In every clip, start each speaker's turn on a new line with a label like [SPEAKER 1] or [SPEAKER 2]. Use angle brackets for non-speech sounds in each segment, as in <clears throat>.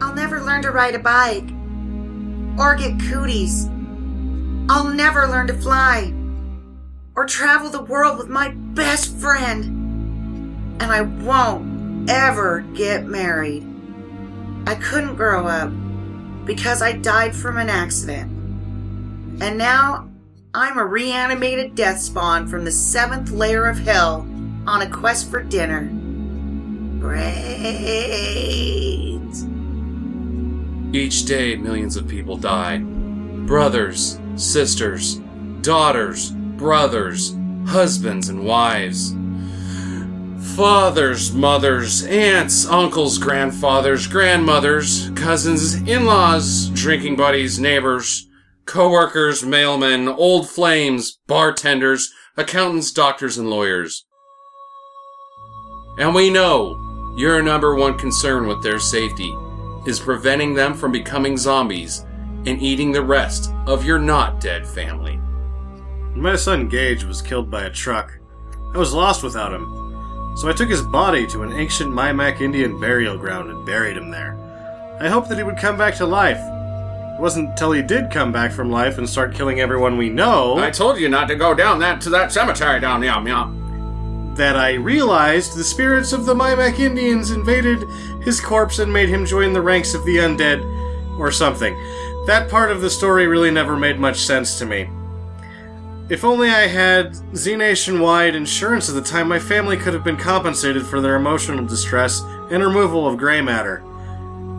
[SPEAKER 1] I'll never learn to ride a bike or get cooties. I'll never learn to fly or travel the world with my best friend. And I won't ever get married. I couldn't grow up because I died from an accident. And now I'm a reanimated death spawn from the seventh layer of hell on a quest for dinner. Brains.
[SPEAKER 2] Each day, millions of people die. Brothers, sisters, daughters, brothers, husbands, and wives. Fathers, mothers, aunts, uncles, grandfathers, grandmothers, cousins, in laws, drinking buddies, neighbors, co workers, mailmen, old flames, bartenders, accountants, doctors, and lawyers. And we know your number one concern with their safety is preventing them from becoming zombies and eating the rest of your not dead family.
[SPEAKER 3] My son Gage was killed by a truck. I was lost without him. So I took his body to an ancient Mimac Indian burial ground and buried him there. I hoped that he would come back to life. It wasn't until he did come back from life and start killing everyone we know
[SPEAKER 2] I told you not to go down that to that cemetery down there, meow.
[SPEAKER 3] that I realized the spirits of the Mimac Indians invaded his corpse and made him join the ranks of the undead, or something. That part of the story really never made much sense to me. If only I had Z Nationwide insurance at the time, my family could have been compensated for their emotional distress and removal of gray matter.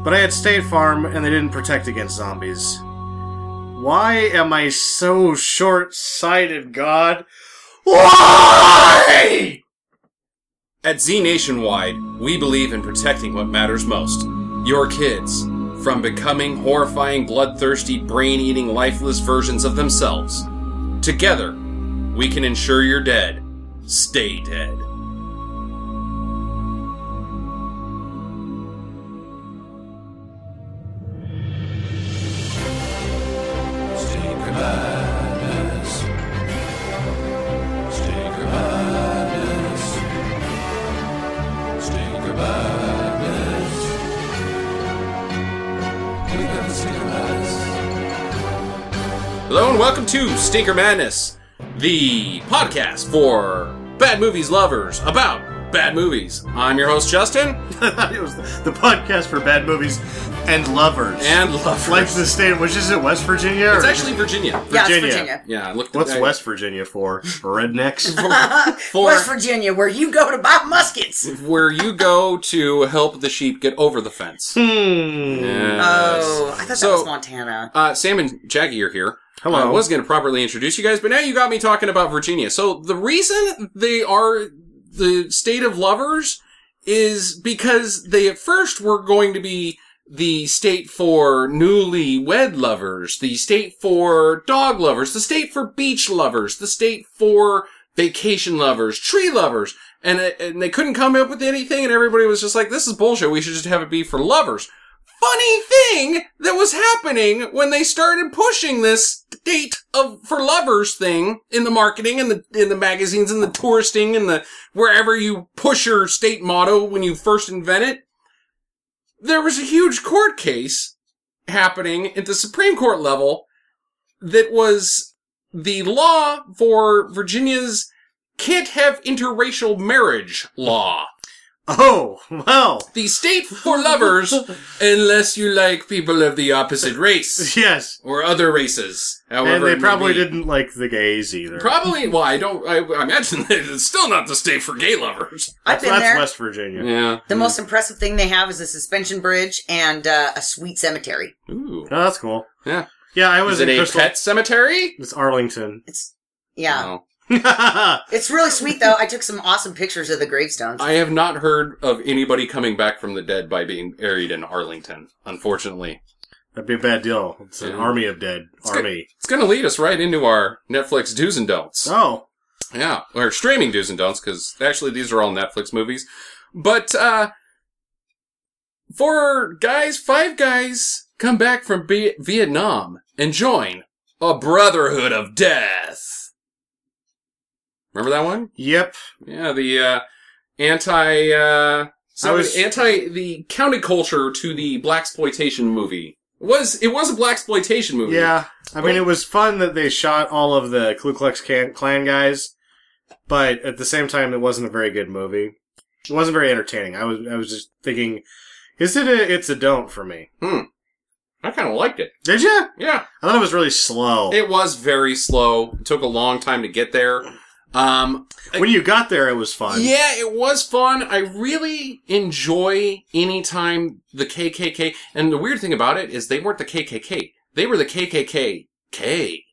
[SPEAKER 3] But I had State Farm, and they didn't protect against zombies. Why am I so short sighted, God? WHY?
[SPEAKER 2] At Z Nationwide, we believe in protecting what matters most your kids from becoming horrifying, bloodthirsty, brain eating, lifeless versions of themselves. Together, we can ensure you're dead. Stay dead.
[SPEAKER 4] Stinker Madness. Stinker Madness. Stinker Madness. We got the Stinker Madness.
[SPEAKER 2] Hello and welcome to Stinker Madness, the podcast for bad movies lovers about bad movies. I'm your host, Justin,
[SPEAKER 3] <laughs> it was the podcast for bad movies and lovers.
[SPEAKER 2] and love
[SPEAKER 3] <laughs> like the state, which is it, West Virginia? or-
[SPEAKER 2] It's actually Virginia.
[SPEAKER 1] Yeah, it's
[SPEAKER 3] Virginia.
[SPEAKER 1] Virginia.
[SPEAKER 2] Yeah, I looked.
[SPEAKER 3] What's
[SPEAKER 2] I-
[SPEAKER 3] West Virginia for?
[SPEAKER 2] <laughs>
[SPEAKER 3] Rednecks.
[SPEAKER 1] <laughs>
[SPEAKER 2] for
[SPEAKER 1] West Virginia, where you go to buy muskets.
[SPEAKER 2] where you go to help the sheep get over the fence.
[SPEAKER 3] Hmm.
[SPEAKER 2] Yes.
[SPEAKER 1] Oh, I thought
[SPEAKER 2] So-
[SPEAKER 1] that was Montana.
[SPEAKER 2] Uh, Sam and Jackie are here.
[SPEAKER 3] Hello.
[SPEAKER 2] I was going to properly introduce you guys, but now you got me talking about Virginia. So the reason they are the state of lovers is because they at first were going to be the state for newly wed lovers, the state for dog lovers, the state for beach lovers, the state for vacation lovers, tree lovers, and, uh, and they couldn't come up with anything and everybody was just like, this is bullshit, we should just have it be for lovers funny thing that was happening when they started pushing this date of for lovers thing in the marketing and the in the magazines and the touristing and the wherever you push your state motto when you first invent it. There was a huge court case happening at the Supreme Court level that was the law for Virginia's can't have interracial marriage law
[SPEAKER 3] <laughs> Oh, well.
[SPEAKER 2] the state for lovers unless you like people of the opposite
[SPEAKER 3] <laughs>
[SPEAKER 2] race
[SPEAKER 3] Yes.
[SPEAKER 2] or other races. However,
[SPEAKER 3] and
[SPEAKER 2] it
[SPEAKER 3] they
[SPEAKER 2] may
[SPEAKER 3] probably
[SPEAKER 2] be.
[SPEAKER 3] didn't like the gays either.
[SPEAKER 2] Probably. Well, I don't. I, I imagine <laughs> that it's still not the state for gay lovers.
[SPEAKER 1] I've
[SPEAKER 3] That's,
[SPEAKER 1] been
[SPEAKER 3] that's
[SPEAKER 1] there.
[SPEAKER 3] West Virginia.
[SPEAKER 2] Yeah.
[SPEAKER 1] The most impressive thing they have is a suspension bridge and uh, a sweet cemetery.
[SPEAKER 2] Ooh.
[SPEAKER 3] Oh, that's cool.
[SPEAKER 2] Yeah.
[SPEAKER 3] Yeah, I was
[SPEAKER 2] Is it
[SPEAKER 3] in
[SPEAKER 2] a
[SPEAKER 3] Crystal.
[SPEAKER 2] pet cemetery?
[SPEAKER 3] It's Arlington. <laughs>
[SPEAKER 1] It's yeah,
[SPEAKER 2] No.
[SPEAKER 1] it's really sweet though. I took some awesome pictures of the gravestones.
[SPEAKER 2] I have not heard of anybody coming back from the dead by being buried in Arlington. Unfortunately,
[SPEAKER 3] That'd be a bad deal. It's an
[SPEAKER 2] Yeah.
[SPEAKER 3] army of dead.
[SPEAKER 2] good.
[SPEAKER 3] army.
[SPEAKER 2] it's going to lead us right into our Netflix do's and don'ts.
[SPEAKER 3] Oh.
[SPEAKER 2] Yeah, or streaming do's and don'ts, because actually these are all Netflix movies. But, uh, four guys, five guys come back from B- Vietnam and join a Brotherhood of Death. Remember that one?
[SPEAKER 3] Yep.
[SPEAKER 2] Yeah, the, uh, anti uh so
[SPEAKER 3] was-
[SPEAKER 2] anti the counterculture to the black exploitation movie. It was it was a black exploitation movie.
[SPEAKER 3] Yeah, I mean,
[SPEAKER 2] Wait.
[SPEAKER 3] it was fun that they shot all of the Ku Klux Kan- Klan guys, but at the same time, it wasn't a very good movie. It wasn't very entertaining. I was, I was just thinking, is it a? It's a don't for me.
[SPEAKER 2] I kind of liked it.
[SPEAKER 3] Did you?
[SPEAKER 2] Yeah.
[SPEAKER 3] I thought it was really slow.
[SPEAKER 2] It was very slow. It took a long time to get there. Um
[SPEAKER 3] when you got there, it was fun.
[SPEAKER 2] Yeah, it was fun. I really enjoy anytime the KKK. And the weird thing about it is they weren't the KKK. They were the KKK K.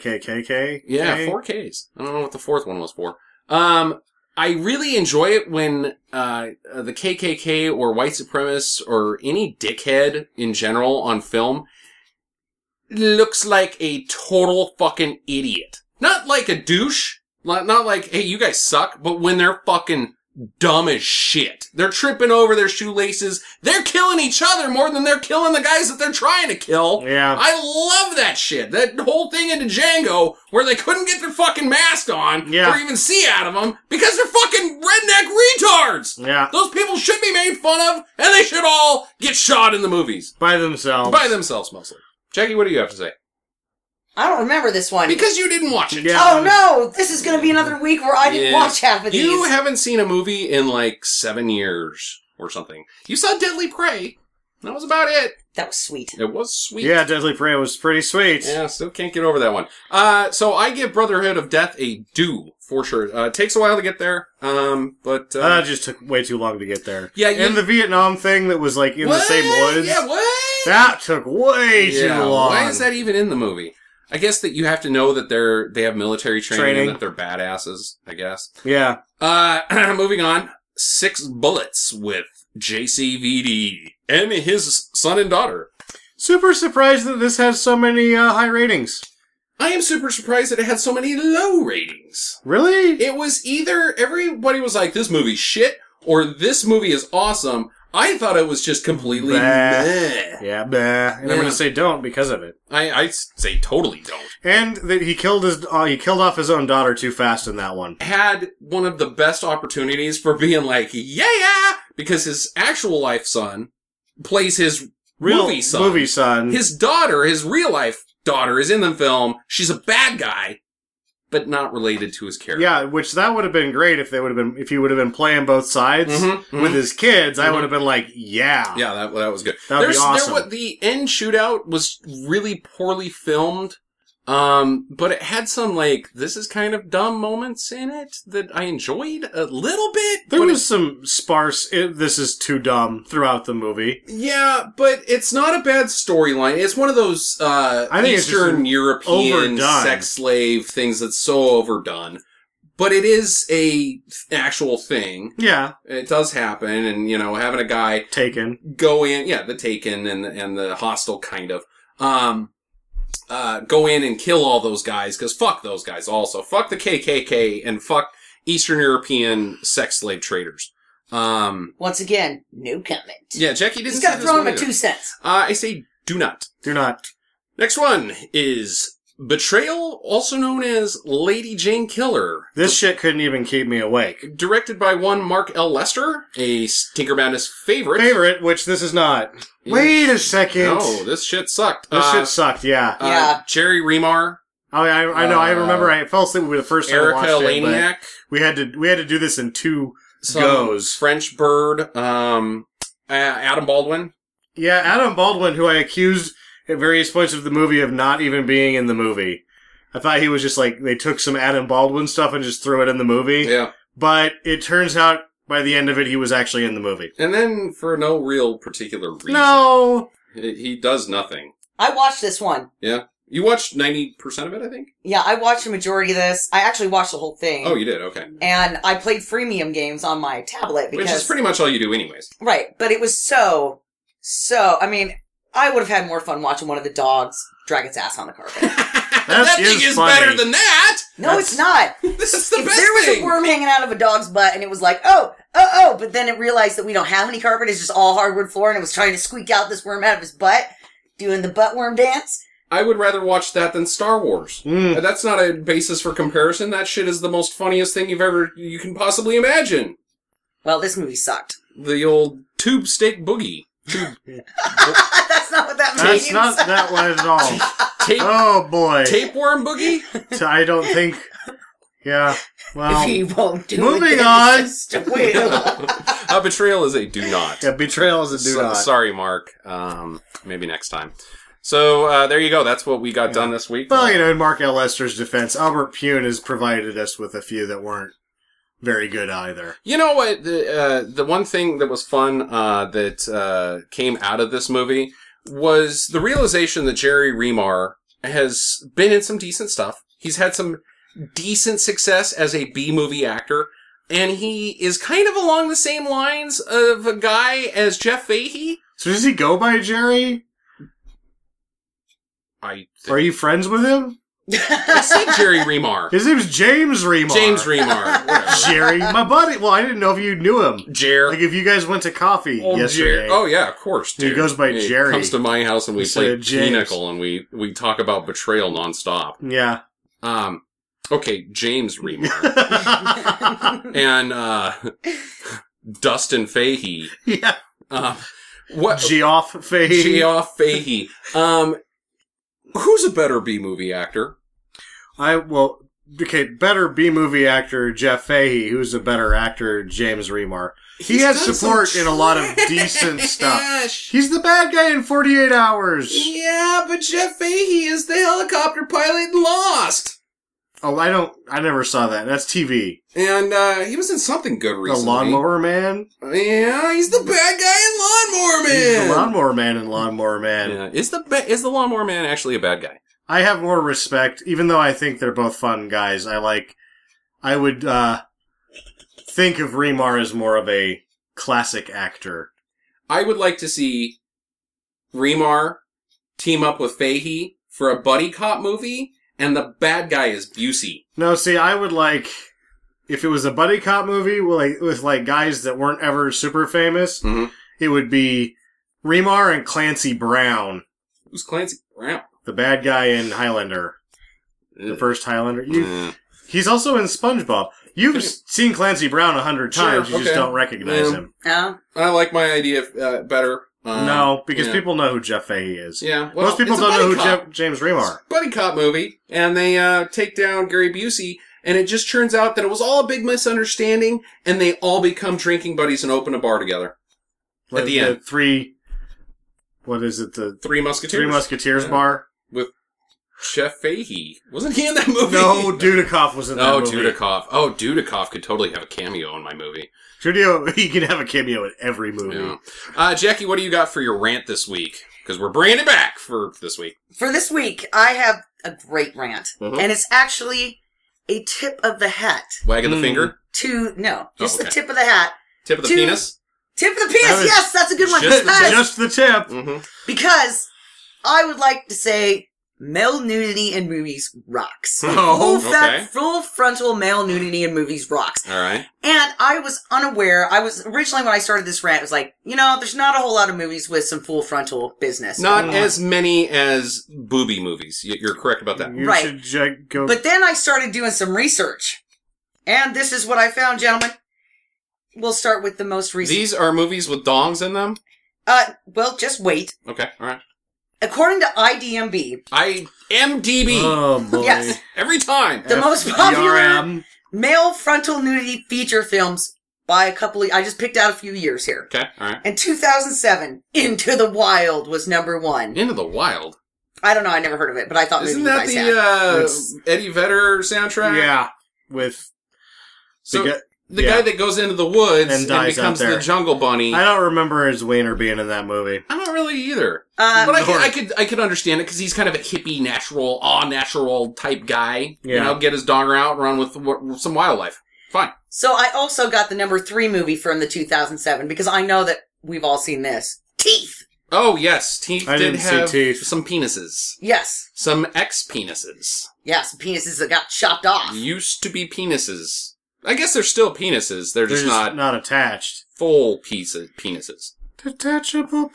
[SPEAKER 3] KKKK.
[SPEAKER 2] Yeah,
[SPEAKER 3] K.
[SPEAKER 2] four Ks. I don't know what the fourth one was for. Um, I really enjoy it when uh, uh, the KKK or white supremacists or any dickhead in general on film looks like a total fucking idiot. Not like a douche. Not, not like, hey, you guys suck, but when they're fucking dumb as shit. They're tripping over their shoelaces. They're killing each other more than they're killing the guys that they're trying to kill.
[SPEAKER 3] Yeah.
[SPEAKER 2] I love that shit. That whole thing into Django where they couldn't get their fucking mask on
[SPEAKER 3] Yeah.
[SPEAKER 2] or even see out of them because they're fucking redneck retards.
[SPEAKER 3] yeah,
[SPEAKER 2] Those people should be made fun of and they should all get shot in the movies.
[SPEAKER 3] by themselves.
[SPEAKER 2] By themselves mostly. Jackie, what do you have to say?
[SPEAKER 1] I don't remember this one.
[SPEAKER 2] Because you didn't watch it.
[SPEAKER 3] Yeah.
[SPEAKER 1] oh no, this is going to be another week where I didn't
[SPEAKER 2] Yeah.
[SPEAKER 1] watch half of these.
[SPEAKER 2] You haven't seen a movie in like seven years or something. You saw Deadly Prey. That was about it.
[SPEAKER 1] that was sweet.
[SPEAKER 2] It was sweet.
[SPEAKER 3] Yeah, Deadly Prey was pretty sweet.
[SPEAKER 2] Yeah, still can't get over that one. Uh, so I give Brotherhood of Death a do for sure. Uh, it takes a while to get there, um, but uh,
[SPEAKER 3] That just took way too long to get there.
[SPEAKER 2] Yeah, you-
[SPEAKER 3] and the Vietnam thing that was like in the
[SPEAKER 2] What?
[SPEAKER 3] same woods.
[SPEAKER 2] Yeah, what?
[SPEAKER 3] That took way
[SPEAKER 2] Yeah,
[SPEAKER 3] too long.
[SPEAKER 2] Why is that even in the movie? I guess that you have to know that they're they have military training,
[SPEAKER 3] Training.
[SPEAKER 2] and that they're badasses. I guess.
[SPEAKER 3] Yeah,
[SPEAKER 2] Uh, <clears throat> moving on. Six bullets with JCVD and his son and daughter.
[SPEAKER 3] super surprised that this has so many uh, high ratings.
[SPEAKER 2] I am super surprised that it had so many low ratings.
[SPEAKER 3] Really?
[SPEAKER 2] It was either everybody was like, "This movie's shit," or "This movie is awesome." I thought it was just completely.
[SPEAKER 3] Bah.
[SPEAKER 2] meh.
[SPEAKER 3] yeah, bah. and I'm
[SPEAKER 2] Yeah.
[SPEAKER 3] gonna say don't because of it.
[SPEAKER 2] I I say totally don't.
[SPEAKER 3] And that he killed his uh, he killed off his own daughter too fast in that one.
[SPEAKER 2] Had one of the best opportunities for being like, "Yeah, yeah," because his actual life son plays his
[SPEAKER 3] Real
[SPEAKER 2] movie son.
[SPEAKER 3] Movie son.
[SPEAKER 2] His daughter, his real life daughter, is in the film. She's a bad guy, but not related to his character.
[SPEAKER 3] yeah, which that would have been great if they would have been if he would have been playing both sides
[SPEAKER 2] Mhm, mhm.
[SPEAKER 3] with his kids. I
[SPEAKER 2] Mhm.
[SPEAKER 3] would have been like, yeah,
[SPEAKER 2] Yeah, that, that was good.
[SPEAKER 3] That'd be awesome.
[SPEAKER 2] There, wa- the end shootout was really poorly filmed, um, but it had some like this is kind of dumb moments in it that I enjoyed a little bit.
[SPEAKER 3] There
[SPEAKER 2] but
[SPEAKER 3] was some sparse. It, this is too dumb throughout the movie.
[SPEAKER 2] it- yeah, but it's not a bad storyline. It's one of those uh,
[SPEAKER 3] I think it's just
[SPEAKER 2] Eastern European
[SPEAKER 3] overdone.
[SPEAKER 2] sex slave things that's so overdone. But it is a actual thing.
[SPEAKER 3] Yeah,
[SPEAKER 2] It does happen, and you know, having a guy
[SPEAKER 3] taken.
[SPEAKER 2] go in, yeah, the Taken and and the Hostel kind of, um, uh, go in and kill all those guys because fuck those guys also, fuck the KKK and fuck Eastern European sex slave traders. Um,
[SPEAKER 1] Once again, no comment.
[SPEAKER 2] yeah, Jackie didn't.
[SPEAKER 1] Just
[SPEAKER 2] see
[SPEAKER 1] got to
[SPEAKER 2] this
[SPEAKER 1] throw
[SPEAKER 2] one
[SPEAKER 1] in my
[SPEAKER 2] either.
[SPEAKER 1] two cents.
[SPEAKER 2] Uh, I say do not.
[SPEAKER 3] Do not.
[SPEAKER 2] Next one is Betrayal, also known as Lady Jane Killer.
[SPEAKER 3] This shit couldn't even keep me awake.
[SPEAKER 2] Directed by one Mark L. Lester, a Tinker Madness favorite.
[SPEAKER 3] Favorite, which this is not. Wait a second.
[SPEAKER 2] No, this shit sucked.
[SPEAKER 3] This
[SPEAKER 2] Uh,
[SPEAKER 3] shit sucked. Yeah.
[SPEAKER 2] Uh,
[SPEAKER 1] Yeah.
[SPEAKER 2] Jerry Remar,
[SPEAKER 3] I, I, I know. I
[SPEAKER 2] uh,
[SPEAKER 3] remember. I fell asleep with the first time I
[SPEAKER 2] Erica
[SPEAKER 3] watched it. but
[SPEAKER 2] Laniac,
[SPEAKER 3] We had to. We had to do this in two.
[SPEAKER 2] some
[SPEAKER 3] goes.
[SPEAKER 2] French Bird, um, uh, Adam Baldwin.
[SPEAKER 3] Yeah, Adam Baldwin, who I accused at various points of the movie of not even being in the movie. I thought he was just like they took some Adam Baldwin stuff and just threw it in the movie.
[SPEAKER 2] Yeah.
[SPEAKER 3] But it turns out by the end of it, he was actually in the movie.
[SPEAKER 2] And then for no real particular reason.
[SPEAKER 3] No.
[SPEAKER 2] He he does nothing.
[SPEAKER 1] I watched this one.
[SPEAKER 2] Yeah. You watched 90% of it, I think?
[SPEAKER 1] Yeah, I watched the majority of this. I actually watched the whole thing.
[SPEAKER 2] Oh, you did? Okay.
[SPEAKER 1] And I played freemium games on my tablet because
[SPEAKER 2] Which is pretty much all you do anyways.
[SPEAKER 1] Right, but it was so, so. I mean, I would have had more fun watching one of the dogs drag its ass on
[SPEAKER 5] <laughs>
[SPEAKER 1] the carpet.
[SPEAKER 2] that
[SPEAKER 3] is
[SPEAKER 2] thing is
[SPEAKER 3] funny.
[SPEAKER 2] better than that!
[SPEAKER 1] No, it's not.
[SPEAKER 5] <laughs>
[SPEAKER 2] This is the
[SPEAKER 1] if
[SPEAKER 2] best
[SPEAKER 1] there was
[SPEAKER 2] thing!
[SPEAKER 1] a worm hanging out of a dog's butt, and it was like, oh, oh, oh, but then it realized that we don't have any carpet; it's just all hardwood floor, and it was trying to squeak out this worm out of his butt, doing the butt worm dance.
[SPEAKER 2] I would rather watch that than Star Wars.
[SPEAKER 3] Mm.
[SPEAKER 2] Uh, That's not a basis for comparison. That shit is the most funniest thing you've ever, you can possibly imagine.
[SPEAKER 1] Well, this movie sucked. <laughs>
[SPEAKER 2] The old tube steak boogie.
[SPEAKER 1] That's not what that means.
[SPEAKER 3] That's not that one at all.
[SPEAKER 2] Tape,
[SPEAKER 3] Oh boy.
[SPEAKER 2] tapeworm boogie?
[SPEAKER 3] So I don't think. Yeah. Well.
[SPEAKER 5] if he won't do it,
[SPEAKER 3] moving
[SPEAKER 5] then
[SPEAKER 3] on.
[SPEAKER 5] it's just a <laughs>
[SPEAKER 3] <laughs>
[SPEAKER 5] whale.
[SPEAKER 2] <laughs> A betrayal is a do not.
[SPEAKER 3] Yeah, betrayal is a do
[SPEAKER 2] So-
[SPEAKER 3] not.
[SPEAKER 2] Sorry, Mark. Um, maybe next time. So uh, there you go. That's what we got done this week.
[SPEAKER 3] Well, you know, in Mark L. Lester's defense, Albert Pune has provided us with a few that weren't very good either.
[SPEAKER 2] You know what? The uh, the one thing that was fun uh, that uh, came out of this movie was the realization that Jerry Remar has been in some decent stuff. He's had some decent success as a B movie actor, and he is kind of along the same lines of a guy as Jeff Fahey.
[SPEAKER 3] So does he go by Jerry?
[SPEAKER 2] I,
[SPEAKER 3] Are you friends with him?
[SPEAKER 2] I said Jerry Remar,
[SPEAKER 3] His name's James Remar.
[SPEAKER 2] James Remar, whatever.
[SPEAKER 3] Jerry, my buddy. Well, I didn't know if you knew him.
[SPEAKER 2] Jer.
[SPEAKER 3] Like if you guys went to coffee
[SPEAKER 2] Oh,
[SPEAKER 3] yesterday.
[SPEAKER 2] Jer- oh yeah, of course.
[SPEAKER 3] He
[SPEAKER 2] Dude.
[SPEAKER 3] goes by
[SPEAKER 2] He
[SPEAKER 3] Jerry.
[SPEAKER 2] Comes to my house and we
[SPEAKER 3] Instead
[SPEAKER 2] play
[SPEAKER 3] of James.
[SPEAKER 2] Pinnacle and we we talk about betrayal nonstop. <laughs>
[SPEAKER 3] yeah.
[SPEAKER 2] Um, okay, James
[SPEAKER 3] <laughs>
[SPEAKER 2] Remar and uh, Dustin Fahey.
[SPEAKER 3] yeah.
[SPEAKER 2] Uh, what
[SPEAKER 3] Geoff Fahey.
[SPEAKER 2] Geoff Fahey? Um, who's a better B movie actor?
[SPEAKER 3] I well, okay, better B movie actor Jeff Fahey, who's a better actor James Remar. He
[SPEAKER 2] He's
[SPEAKER 3] has
[SPEAKER 2] done some
[SPEAKER 3] support in a
[SPEAKER 2] <laughs>
[SPEAKER 3] lot of decent stuff. He's the bad guy in 48 hours.
[SPEAKER 2] Yeah, but Jeff Fahey is the helicopter pilot in Lost.
[SPEAKER 3] Oh, I don't. I never saw that. That's TV.
[SPEAKER 2] And uh, he was in something good
[SPEAKER 3] The
[SPEAKER 2] recently.
[SPEAKER 3] Lawnmower Man.
[SPEAKER 2] Yeah, he's the bad guy
[SPEAKER 3] He's
[SPEAKER 2] in Lawnmower Man.
[SPEAKER 3] the Lawnmower Man in Lawnmower Man.
[SPEAKER 2] Yeah. Is the ba- is the Lawnmower Man actually a bad guy?
[SPEAKER 3] I have more respect, even though I think they're both fun guys. I like. I would uh, think of Remar as more of a classic actor.
[SPEAKER 2] I would like to see Remar team up with Fahey for a buddy cop movie, and the bad guy is Busey.
[SPEAKER 3] No, see, I would like if it was a buddy cop movie with like, with like guys that weren't ever super famous.
[SPEAKER 2] Mhm.
[SPEAKER 3] It would be Remar and Clancy Brown,
[SPEAKER 2] Who's Clancy Brown?
[SPEAKER 3] the bad guy in Highlander, the first Highlander. You,
[SPEAKER 2] Mm.
[SPEAKER 3] he's also in SpongeBob. You've s- seen Clancy Brown a hundred
[SPEAKER 2] Sure,
[SPEAKER 3] times. You
[SPEAKER 2] okay.
[SPEAKER 3] just don't recognize
[SPEAKER 2] Yeah.
[SPEAKER 3] him.
[SPEAKER 1] Oh.
[SPEAKER 2] I like my idea uh, better. Um,
[SPEAKER 3] no, because
[SPEAKER 2] yeah.
[SPEAKER 3] people know who Jeff Fahey is.
[SPEAKER 2] Yeah, well,
[SPEAKER 3] Most people
[SPEAKER 2] it's a
[SPEAKER 3] don't know who
[SPEAKER 2] buddy cop.
[SPEAKER 3] Jeff, James Remar.
[SPEAKER 2] buddy cop movie, and they uh, take down Gary Busey, and it just turns out that it was all a big misunderstanding, and they all become drinking buddies and open a bar together.
[SPEAKER 3] Like
[SPEAKER 2] the end.
[SPEAKER 3] three. What is it? The
[SPEAKER 2] Three Musketeers.
[SPEAKER 3] Three Musketeers
[SPEAKER 2] Yeah. <laughs>
[SPEAKER 3] bar.
[SPEAKER 2] Jeff Fahey wasn't he in that movie?
[SPEAKER 3] No, Dudikoff was in that
[SPEAKER 2] Oh,
[SPEAKER 3] movie.
[SPEAKER 2] Dudikoff. Oh, Dudikoff could totally have a cameo in my movie.
[SPEAKER 3] Studio, <laughs> he can have a cameo in every movie.
[SPEAKER 2] Yeah. Uh, Jackie, what do you got for your rant this week? Because we're bringing it back for this week.
[SPEAKER 1] For this week, I have a great rant,
[SPEAKER 2] Mhm.
[SPEAKER 1] and it's actually a tip of the hat
[SPEAKER 2] Wagging
[SPEAKER 3] Mm.
[SPEAKER 2] the finger,
[SPEAKER 1] to no, just
[SPEAKER 2] Oh, okay.
[SPEAKER 1] the tip of the hat,
[SPEAKER 2] tip of the
[SPEAKER 1] Dude.
[SPEAKER 2] penis.
[SPEAKER 1] tip of the penis.
[SPEAKER 3] That was
[SPEAKER 1] yes, that's a good one.
[SPEAKER 2] just the
[SPEAKER 1] Yes.
[SPEAKER 3] Just the tip.
[SPEAKER 2] Mm-hmm.
[SPEAKER 1] because I would like to say male nudity in movies
[SPEAKER 2] <laughs>
[SPEAKER 1] rocks.
[SPEAKER 3] Oh,
[SPEAKER 1] full, fat-
[SPEAKER 2] okay.
[SPEAKER 1] full frontal male nudity in movies rocks.
[SPEAKER 2] All right.
[SPEAKER 1] And I was unaware. I was originally when I started this rant, it was like, you know, there's not a whole lot of movies with some full frontal business.
[SPEAKER 2] Not
[SPEAKER 1] going on.
[SPEAKER 2] as many as booby movies. Y- You're correct about Mm, that.
[SPEAKER 3] You
[SPEAKER 1] Right.
[SPEAKER 3] should ju- go.
[SPEAKER 1] But then I started doing some research, and this is what I found, gentlemen. We'll start with the most recent.
[SPEAKER 2] These are movies with dongs in them.
[SPEAKER 1] uh, well, just wait.
[SPEAKER 2] Okay. All right.
[SPEAKER 1] According to IDMB,
[SPEAKER 2] I MDB
[SPEAKER 3] oh boy.
[SPEAKER 1] Yes.
[SPEAKER 2] every time.
[SPEAKER 1] The most popular-
[SPEAKER 3] FDRM.
[SPEAKER 1] male frontal nudity feature films by a couple of I just picked out a few years here.
[SPEAKER 2] Okay. All right.
[SPEAKER 1] In 2007, Into the Wild was number one.
[SPEAKER 2] Into the Wild.
[SPEAKER 1] I don't know, I never heard of it, but I thought
[SPEAKER 2] Isn't
[SPEAKER 1] maybe
[SPEAKER 2] that
[SPEAKER 1] you guys had.
[SPEAKER 2] the uh,
[SPEAKER 3] It's-
[SPEAKER 2] Eddie Vedder soundtrack?
[SPEAKER 3] Yeah, with
[SPEAKER 2] So
[SPEAKER 3] the
[SPEAKER 2] the
[SPEAKER 3] Yeah.
[SPEAKER 2] guy that goes into the woods
[SPEAKER 3] And
[SPEAKER 2] and,
[SPEAKER 3] dies out
[SPEAKER 2] becomes the
[SPEAKER 3] there.
[SPEAKER 2] Jungle Bunny.
[SPEAKER 3] guy, I don't remember his wiener being in that movie.
[SPEAKER 2] I don't really either.
[SPEAKER 1] Uh,
[SPEAKER 2] but I could,
[SPEAKER 3] Lord.
[SPEAKER 2] I could I could understand it because he's kind of a hippie, natural, all natural type guy. You
[SPEAKER 3] Yeah.
[SPEAKER 2] know, get his donger out, run with, with some wildlife. Fine.
[SPEAKER 1] so I also got the number three movie from the 2007 because I know that we've all seen this. Teeth.
[SPEAKER 2] Oh yes, teeth
[SPEAKER 3] I
[SPEAKER 2] did
[SPEAKER 3] didn't see
[SPEAKER 2] have
[SPEAKER 3] teeth.
[SPEAKER 2] some penises,
[SPEAKER 1] Yes,
[SPEAKER 2] some ex penises.
[SPEAKER 1] yes, penises that got chopped off.
[SPEAKER 2] Used to be penises. I guess they're still penises. They're,
[SPEAKER 3] They're
[SPEAKER 2] just, not,
[SPEAKER 3] attached.
[SPEAKER 2] full pieces
[SPEAKER 3] <laughs>
[SPEAKER 2] penises.
[SPEAKER 3] Detachable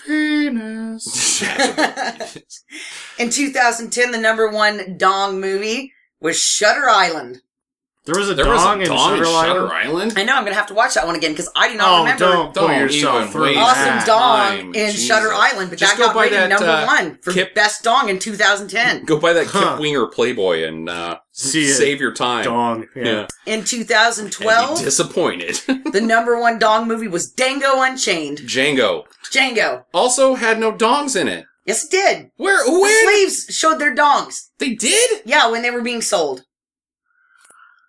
[SPEAKER 3] penis.
[SPEAKER 1] <laughs> In 2010, the number one dong movie was Shutter Island.
[SPEAKER 3] There was a
[SPEAKER 2] There was a
[SPEAKER 3] dong in
[SPEAKER 2] dong in
[SPEAKER 3] Shutter
[SPEAKER 2] Shutter
[SPEAKER 3] Island.
[SPEAKER 2] Island.
[SPEAKER 1] I know I'm gonna have to watch that one again because I do not
[SPEAKER 3] Oh,
[SPEAKER 1] remember
[SPEAKER 3] don't pull
[SPEAKER 2] Don't
[SPEAKER 3] yourself
[SPEAKER 2] even
[SPEAKER 3] through
[SPEAKER 2] waste
[SPEAKER 3] that.
[SPEAKER 1] awesome dong
[SPEAKER 2] time.
[SPEAKER 1] in
[SPEAKER 2] Jesus.
[SPEAKER 1] Shutter Island, but
[SPEAKER 2] Just
[SPEAKER 1] that
[SPEAKER 2] go
[SPEAKER 1] got
[SPEAKER 2] by
[SPEAKER 1] rated
[SPEAKER 2] that,
[SPEAKER 1] number
[SPEAKER 2] uh,
[SPEAKER 1] one for
[SPEAKER 2] Kip-
[SPEAKER 1] best dong in 2010.
[SPEAKER 2] Go buy that
[SPEAKER 3] Huh.
[SPEAKER 2] Kip Winger Playboy and uh,
[SPEAKER 3] See it.
[SPEAKER 2] save your time.
[SPEAKER 3] Dong. Yeah.
[SPEAKER 2] Yeah.
[SPEAKER 1] In
[SPEAKER 2] Well,
[SPEAKER 1] 2012,
[SPEAKER 2] disappointed. <laughs>
[SPEAKER 1] the number one dong movie was Dango Unchained.
[SPEAKER 2] Django
[SPEAKER 1] Django.
[SPEAKER 2] also had no dongs in it.
[SPEAKER 1] Yes, it did.
[SPEAKER 2] Where?
[SPEAKER 1] The
[SPEAKER 2] Where?
[SPEAKER 1] slaves showed their dongs.
[SPEAKER 2] They did
[SPEAKER 1] Yeah, when they were being sold.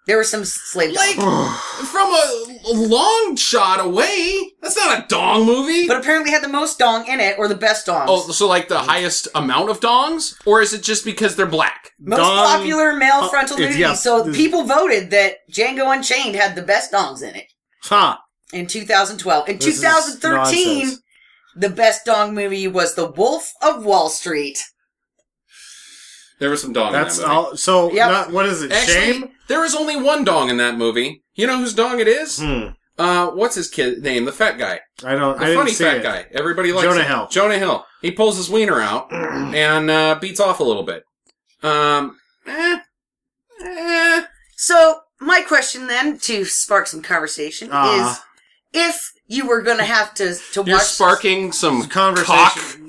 [SPEAKER 1] There were some slave
[SPEAKER 3] <sighs>
[SPEAKER 1] dongs.
[SPEAKER 2] like from a a long shot away. That's not a dong movie.
[SPEAKER 1] but apparently had the most dong in it, or the best dongs.
[SPEAKER 2] oh, so like the highest amount of dongs, or is it just because they're black?
[SPEAKER 1] most
[SPEAKER 3] dong-
[SPEAKER 1] popular male frontal
[SPEAKER 3] uh, it's-
[SPEAKER 1] nudity.
[SPEAKER 3] yeah,
[SPEAKER 1] so
[SPEAKER 3] this-
[SPEAKER 1] people voted that Django Unchained had the best dongs in it
[SPEAKER 3] Huh.
[SPEAKER 1] in 2012. In
[SPEAKER 3] This is
[SPEAKER 1] 2013,
[SPEAKER 3] nonsense.
[SPEAKER 1] the best dong movie was The Wolf of Wall Street.
[SPEAKER 2] There was some dong.
[SPEAKER 3] That's
[SPEAKER 2] in that movie.
[SPEAKER 3] all. So,
[SPEAKER 1] Yep.
[SPEAKER 3] not, what is it?
[SPEAKER 2] Oh, Actually,
[SPEAKER 3] Shame?
[SPEAKER 2] there is only one dong in that movie. You know whose dong it is?
[SPEAKER 3] Hmm.
[SPEAKER 2] Uh, what's his kid name? The fat guy.
[SPEAKER 3] I don't.
[SPEAKER 2] The
[SPEAKER 3] I didn't
[SPEAKER 2] funny
[SPEAKER 3] see
[SPEAKER 2] fat <laughs>
[SPEAKER 3] it.
[SPEAKER 2] guy. Everybody likes
[SPEAKER 3] Jonah
[SPEAKER 2] him.
[SPEAKER 3] Hill.
[SPEAKER 2] Jonah Hill. He pulls his wiener
[SPEAKER 3] <clears throat>
[SPEAKER 2] out and uh, beats off a little bit. Um, eh, eh.
[SPEAKER 1] So my question then, to spark some conversation,
[SPEAKER 3] Ah.
[SPEAKER 1] is if you were going to have to to
[SPEAKER 2] You're
[SPEAKER 1] watch <laughs>
[SPEAKER 2] sparking some
[SPEAKER 3] Conversation.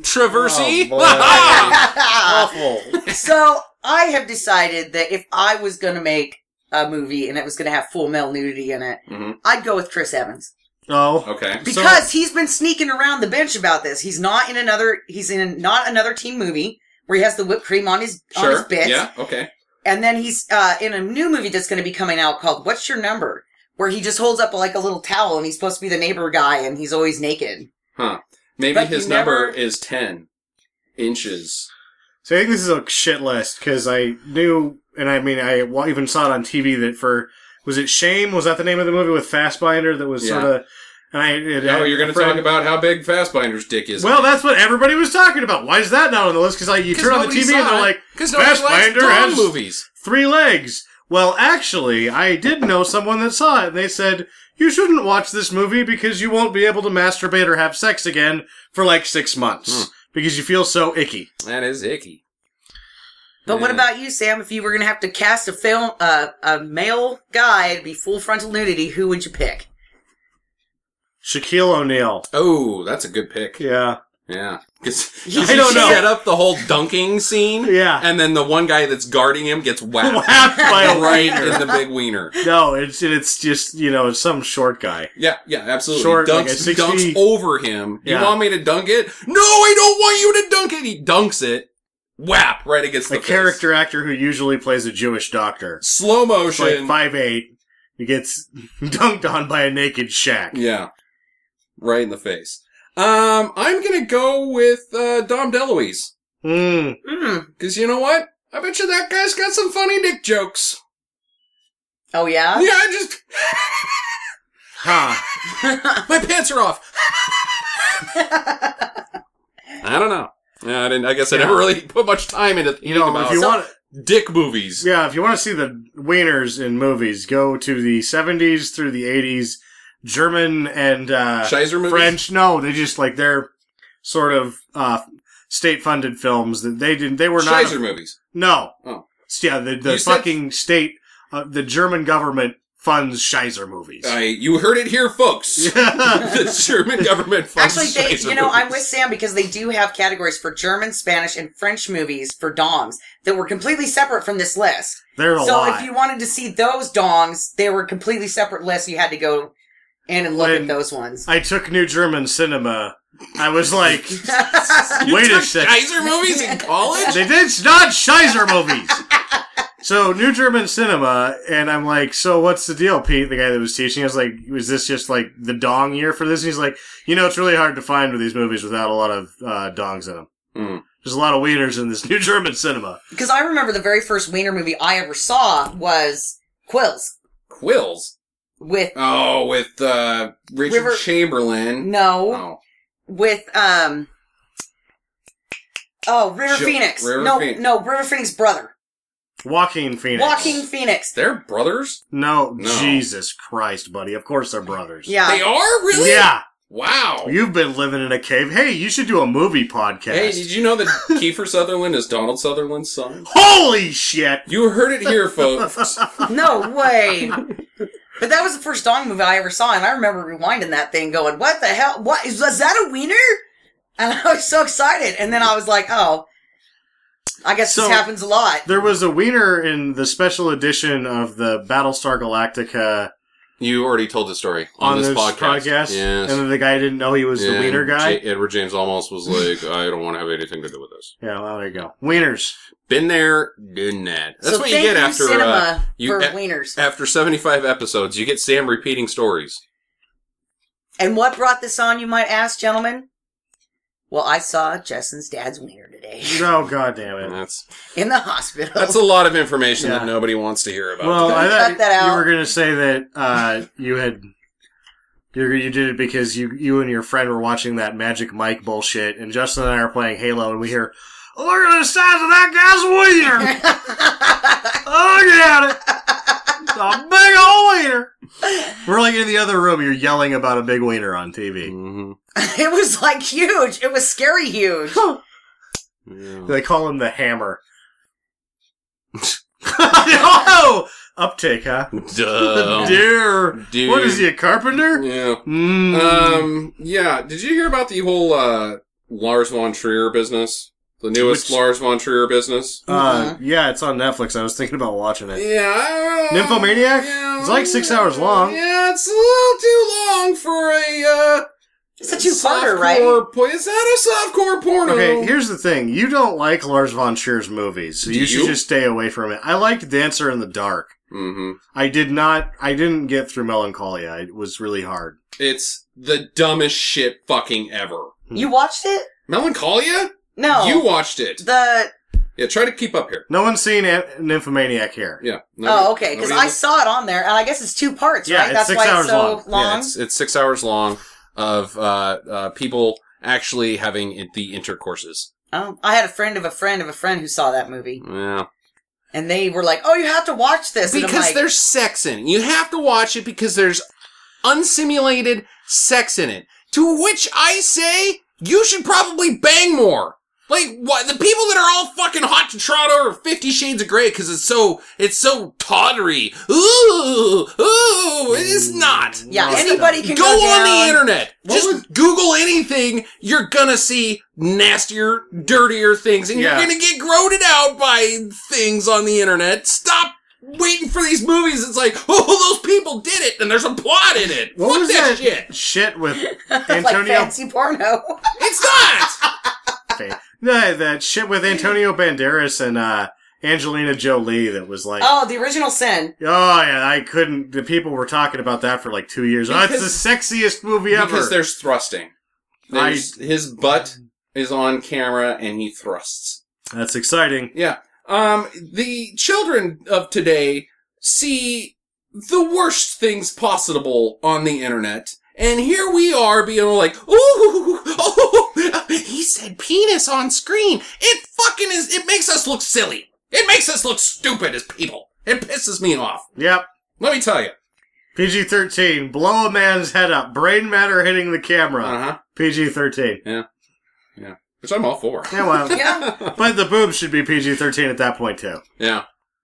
[SPEAKER 2] controversy.
[SPEAKER 3] Oh,
[SPEAKER 2] <laughs>
[SPEAKER 3] Awful.
[SPEAKER 1] so I have decided that if I was going to make a movie and it was going to have full male nudity in it,
[SPEAKER 3] Mm-hmm.
[SPEAKER 2] Mhm.
[SPEAKER 1] I'd go with Chris Evans
[SPEAKER 3] Oh.
[SPEAKER 2] okay.
[SPEAKER 1] because he's been sneaking around the bench about this. He's not in another. He's in not another team movie where he has the whipped cream on his on his
[SPEAKER 2] Sure.
[SPEAKER 1] bits.
[SPEAKER 2] Yeah. Okay.
[SPEAKER 1] And then he's uh, in a new movie that's going to be coming out called "What's Your Number," where he just holds up like a little towel and he's supposed to be the neighbor guy and he's always naked.
[SPEAKER 2] Huh. Maybe
[SPEAKER 1] But
[SPEAKER 2] his
[SPEAKER 1] you never-
[SPEAKER 2] number is ten inches.
[SPEAKER 3] So I think this is a shit list because I knew, and I mean, I wa- even saw it on TV that for was it Shame? Was that the name of the movie with Fastbinder that was
[SPEAKER 2] Yeah.
[SPEAKER 3] sort of? And I it,
[SPEAKER 2] Oh, you're
[SPEAKER 3] going
[SPEAKER 2] going to talk about how big Fassbinder's dick is.
[SPEAKER 3] Well, that's what everybody was talking about. Why is that not on the list? Because like you turn on the TV and they're like,
[SPEAKER 2] because nobody likes
[SPEAKER 3] Fassbinder
[SPEAKER 2] dong
[SPEAKER 3] has
[SPEAKER 2] movies.
[SPEAKER 3] three legs. Well, actually, I did know someone that saw it, and they said you shouldn't watch this movie because you won't be able to masturbate or have sex again for like six months because you feel so icky.
[SPEAKER 2] That is icky.
[SPEAKER 1] But what
[SPEAKER 2] Yeah.
[SPEAKER 1] about you, Sam? If you were going to have to cast a film, uh, a male guy to be full frontal nudity, who would you pick?
[SPEAKER 3] Shaquille O'Neal.
[SPEAKER 2] Oh, that's a good pick.
[SPEAKER 3] Yeah.
[SPEAKER 2] Yeah. Because
[SPEAKER 1] Yeah.
[SPEAKER 3] <laughs> I don't know.
[SPEAKER 2] set up the whole dunking scene.
[SPEAKER 3] Yeah.
[SPEAKER 2] And then the one guy that's guarding him
[SPEAKER 3] <laughs>
[SPEAKER 2] gets whacked
[SPEAKER 3] <laughs> Laughed by a
[SPEAKER 2] right
[SPEAKER 3] wiener.
[SPEAKER 2] in the big wiener.
[SPEAKER 3] No, it's it's just you know it's some short guy.
[SPEAKER 2] Yeah, yeah, absolutely.
[SPEAKER 3] Short, like
[SPEAKER 2] dunks,
[SPEAKER 3] a 60
[SPEAKER 2] dunks over him.
[SPEAKER 3] Yeah.
[SPEAKER 2] You want me to dunk it? No, I don't want you to dunk it. He dunks it. Whap right against
[SPEAKER 3] A
[SPEAKER 2] the face.
[SPEAKER 3] character actor who usually plays a Jewish doctor,
[SPEAKER 2] Slow
[SPEAKER 3] It's like
[SPEAKER 2] motion.
[SPEAKER 3] five eight, he gets <laughs> dunked on by a naked shack.
[SPEAKER 2] yeah, right in the face. Um, I'm gonna go with uh, Dom DeLuise
[SPEAKER 3] Mm,
[SPEAKER 1] Mm.
[SPEAKER 2] because you know what? I bet you that guy's got some funny dick jokes.
[SPEAKER 1] Oh yeah.
[SPEAKER 2] Yeah, I just
[SPEAKER 3] huh.
[SPEAKER 2] my pants are off. I don't know. Yeah, I didn't. I guess I never really <laughs> put much time into thinking
[SPEAKER 3] You know,
[SPEAKER 2] about
[SPEAKER 3] if you
[SPEAKER 1] So-
[SPEAKER 3] want,
[SPEAKER 2] dick movies.
[SPEAKER 3] yeah, if you want to see the wieners in movies, go to the seventies through the eighties, German and uh,
[SPEAKER 2] Scheiser movies.
[SPEAKER 3] French. No, they just like they're sort of uh, state funded films that they didn't. They were not
[SPEAKER 2] Scheiser
[SPEAKER 3] <laughs>
[SPEAKER 2] movies.
[SPEAKER 3] No.
[SPEAKER 2] Oh.
[SPEAKER 3] S- Yeah, the, the
[SPEAKER 2] You said-
[SPEAKER 3] fucking state, uh, the German government funds Scheiser movies.
[SPEAKER 2] I, you heard it here, folks. <laughs> the German government funds
[SPEAKER 1] Actually, they,
[SPEAKER 2] Scheiser
[SPEAKER 1] you know, I'm with
[SPEAKER 2] movies.
[SPEAKER 1] Sam because they do have categories for German, Spanish, and French movies for dongs that were completely separate from this list.
[SPEAKER 3] There's a
[SPEAKER 1] so
[SPEAKER 3] lot.
[SPEAKER 1] if you wanted to see those dongs, they were completely separate lists. You had to go in and look
[SPEAKER 3] When-
[SPEAKER 1] at those <laughs> ones.
[SPEAKER 3] I <laughs> took New German Cinema. I was like,
[SPEAKER 2] You
[SPEAKER 3] wait a
[SPEAKER 2] took
[SPEAKER 3] second.
[SPEAKER 2] Scheiser movies
[SPEAKER 1] <laughs>
[SPEAKER 2] in college?
[SPEAKER 3] They did it's not Scheiser movies. so New German Cinema, and I'm like, so what's the deal, Pete? The guy that was teaching, I was like, was this just like the dong year for this? And he's like, you know, it's really hard to find with these movies without a lot of uh, dongs in them.
[SPEAKER 2] Hmm.
[SPEAKER 3] There's a lot of wieners in this <laughs> New German Cinema.
[SPEAKER 1] Because I remember the very first Wiener movie I ever saw was Quills
[SPEAKER 2] Quills.
[SPEAKER 1] with
[SPEAKER 2] Oh, with uh, Richard
[SPEAKER 1] River-
[SPEAKER 2] Chamberlain.
[SPEAKER 1] no
[SPEAKER 2] Oh,
[SPEAKER 1] with um oh River
[SPEAKER 2] Jo-
[SPEAKER 1] Phoenix.
[SPEAKER 2] River
[SPEAKER 1] no,
[SPEAKER 2] Phoenix.
[SPEAKER 1] no River Phoenix brother.
[SPEAKER 3] Walking Phoenix.
[SPEAKER 1] Walking Phoenix.
[SPEAKER 2] they're brothers.
[SPEAKER 3] No,
[SPEAKER 2] No.
[SPEAKER 3] Jesus Christ, buddy. Of course they're brothers.
[SPEAKER 1] Yeah.
[SPEAKER 2] they are really.
[SPEAKER 3] Yeah.
[SPEAKER 2] Wow.
[SPEAKER 3] You've been living in a cave. Hey, you should do a movie podcast.
[SPEAKER 2] Hey, did you
[SPEAKER 1] <laughs>
[SPEAKER 2] know that Kiefer Sutherland is Donald Sutherland's son?
[SPEAKER 3] Holy shit!
[SPEAKER 2] You heard it here,
[SPEAKER 3] <laughs>
[SPEAKER 2] folks.
[SPEAKER 1] No way. But that was the first Dong movie I ever saw, and I remember rewinding that thing, going, "What the hell? What is was that a wiener?" And I was so excited, and then I was like, "Oh, I guess
[SPEAKER 3] So-
[SPEAKER 1] this happens a lot."
[SPEAKER 3] There was a wiener in the special edition of the Battlestar Galactica
[SPEAKER 2] You already told the story on,
[SPEAKER 3] on
[SPEAKER 2] this,
[SPEAKER 3] this
[SPEAKER 2] podcast.
[SPEAKER 3] podcast,
[SPEAKER 2] Yes.
[SPEAKER 3] and then the guy didn't know he was the
[SPEAKER 2] And
[SPEAKER 3] wiener guy.
[SPEAKER 2] J- Edward James almost was like, I don't want to have anything to do with this.
[SPEAKER 3] yeah, well, there you go. Wieners.
[SPEAKER 2] Been there, done that. That's
[SPEAKER 1] So
[SPEAKER 2] what you
[SPEAKER 1] thank
[SPEAKER 2] get after
[SPEAKER 1] cinema
[SPEAKER 2] uh, you
[SPEAKER 1] for
[SPEAKER 2] a-
[SPEAKER 1] wieners.
[SPEAKER 2] after seventy five episodes. You get Sam repeating stories.
[SPEAKER 1] And what brought this on, you might ask, gentlemen? Well, I saw Jessen's dad's wiener today <laughs>
[SPEAKER 3] Oh god damn
[SPEAKER 2] And
[SPEAKER 3] it!
[SPEAKER 2] that's
[SPEAKER 1] in the hospital.
[SPEAKER 2] that's a lot of information
[SPEAKER 3] Yeah.
[SPEAKER 2] that nobody wants to hear about.
[SPEAKER 3] Well, I
[SPEAKER 1] Cut
[SPEAKER 3] thought
[SPEAKER 1] that
[SPEAKER 3] you
[SPEAKER 1] out.
[SPEAKER 3] were going to say that uh, you had you you did it because you you and your friend were watching that Magic Mike bullshit, and Justin and I are playing Halo, and we hear, "Look at the size of that
[SPEAKER 1] <laughs>
[SPEAKER 3] guy's wiener." Oh, look at it! A big old wiener! We're like in the other room, you're yelling about a big wiener on <laughs> TV.
[SPEAKER 2] Mhm.
[SPEAKER 1] it was like huge. It was scary huge.
[SPEAKER 3] <laughs>
[SPEAKER 2] <laughs> Yeah.
[SPEAKER 3] They call him the hammer. <laughs> oh! Uptake, huh?
[SPEAKER 2] Duh.
[SPEAKER 3] Dear.
[SPEAKER 2] Dude.
[SPEAKER 3] What is he, a carpenter?
[SPEAKER 2] Yeah.
[SPEAKER 3] Mm.
[SPEAKER 2] Um. Yeah. Did you hear about the whole uh, Lars von Trier business? The newest
[SPEAKER 3] Which-
[SPEAKER 2] Lars von Trier business.
[SPEAKER 3] Uh, yeah, it's on Netflix. I was thinking about watching it.
[SPEAKER 2] Yeah. I-
[SPEAKER 3] Nymphomaniac? It's like six hours long.
[SPEAKER 2] Yeah, it's a little too long for a. Uh,
[SPEAKER 1] It's a two-parter, right?
[SPEAKER 2] softcore Po- is that a softcore porno?
[SPEAKER 3] Okay, here's the thing. You don't like Lars von Trier's movies, so
[SPEAKER 2] Do
[SPEAKER 3] you should
[SPEAKER 2] you?
[SPEAKER 3] just stay away from it. I liked Dancer in the Dark.
[SPEAKER 2] hmm
[SPEAKER 3] I did not. I didn't get through Melancholia. It was really hard.
[SPEAKER 2] It's the dumbest shit fucking ever.
[SPEAKER 1] You watched it?
[SPEAKER 2] Melancholia?
[SPEAKER 1] No.
[SPEAKER 2] Hmm. You watched it.
[SPEAKER 1] the
[SPEAKER 2] Yeah. Try to keep up here.
[SPEAKER 3] No one's seen An- Nymphomaniac here.
[SPEAKER 2] Yeah.
[SPEAKER 1] oh okay because I
[SPEAKER 2] Nobody-
[SPEAKER 1] saw it on there and I guess it's two parts
[SPEAKER 3] Yeah,
[SPEAKER 1] right
[SPEAKER 3] it's
[SPEAKER 1] that's
[SPEAKER 3] six
[SPEAKER 1] why
[SPEAKER 3] hours
[SPEAKER 1] it's so
[SPEAKER 3] long.
[SPEAKER 1] long,
[SPEAKER 3] Yeah,
[SPEAKER 2] It's, it's six hours long of uh, uh, people actually having it, the intercourses.
[SPEAKER 1] Um, I had a friend of a friend of a friend who saw that movie
[SPEAKER 2] Yeah.
[SPEAKER 1] and they were like oh you have to watch this and I'm
[SPEAKER 2] Because
[SPEAKER 1] like,
[SPEAKER 2] there's sex in it. You have to watch it because there's unsimulated sex in it. To which I say, you should probably bang more. Like what the people that are all fucking hot to trot over Fifty Shades of Grey because it's so it's so tawdry. Ooh, ooh, it's not.
[SPEAKER 1] yeah
[SPEAKER 3] No, it's
[SPEAKER 1] anybody
[SPEAKER 2] Go,
[SPEAKER 1] can go, down.
[SPEAKER 2] on the internet.
[SPEAKER 3] What
[SPEAKER 2] Just
[SPEAKER 3] was-
[SPEAKER 2] Google anything. You're gonna see nastier, dirtier things, and
[SPEAKER 3] Yeah.
[SPEAKER 2] you're gonna get groated out by things on the internet. Stop waiting for these movies. It's like, <laughs> oh, those people did it, and there's a plot in it.
[SPEAKER 3] What
[SPEAKER 2] Fuck
[SPEAKER 3] was
[SPEAKER 2] that,
[SPEAKER 3] that
[SPEAKER 2] shit.
[SPEAKER 3] shit with <laughs>
[SPEAKER 1] It's <laughs> like
[SPEAKER 3] Antonio?
[SPEAKER 1] fancy porno
[SPEAKER 2] It's <laughs> not.
[SPEAKER 3] no, that shit with Antonio Banderas and uh, Angelina Jolie. That was like, oh.
[SPEAKER 1] oh the original sin
[SPEAKER 3] yeah, I couldn't. The people were talking about that for like two years. oh, it's
[SPEAKER 2] Because-
[SPEAKER 3] the sexiest movie ever.
[SPEAKER 2] there's thrusting.
[SPEAKER 3] There's-
[SPEAKER 2] his butt is on camera, and he thrusts.
[SPEAKER 3] That's exciting.
[SPEAKER 2] Yeah. Um, the children of today see the worst things possible on the internet. And here we are being all like, ooh, <laughs> oh, <laughs> he said penis on screen. It fucking is, it makes us look silly. It makes us look stupid as people. It pisses me off.
[SPEAKER 3] Yep.
[SPEAKER 2] Let me tell you.
[SPEAKER 3] PG thirteen. Blow a man's head up. Brain matter hitting the camera.
[SPEAKER 2] huh.
[SPEAKER 3] PG thirteen.
[SPEAKER 2] Uh-huh. Which I'm all for.
[SPEAKER 3] Yeah,
[SPEAKER 2] <laughs>
[SPEAKER 3] well,
[SPEAKER 1] yeah
[SPEAKER 3] but the boobs should be PG thirteen at that point too.
[SPEAKER 2] Yeah.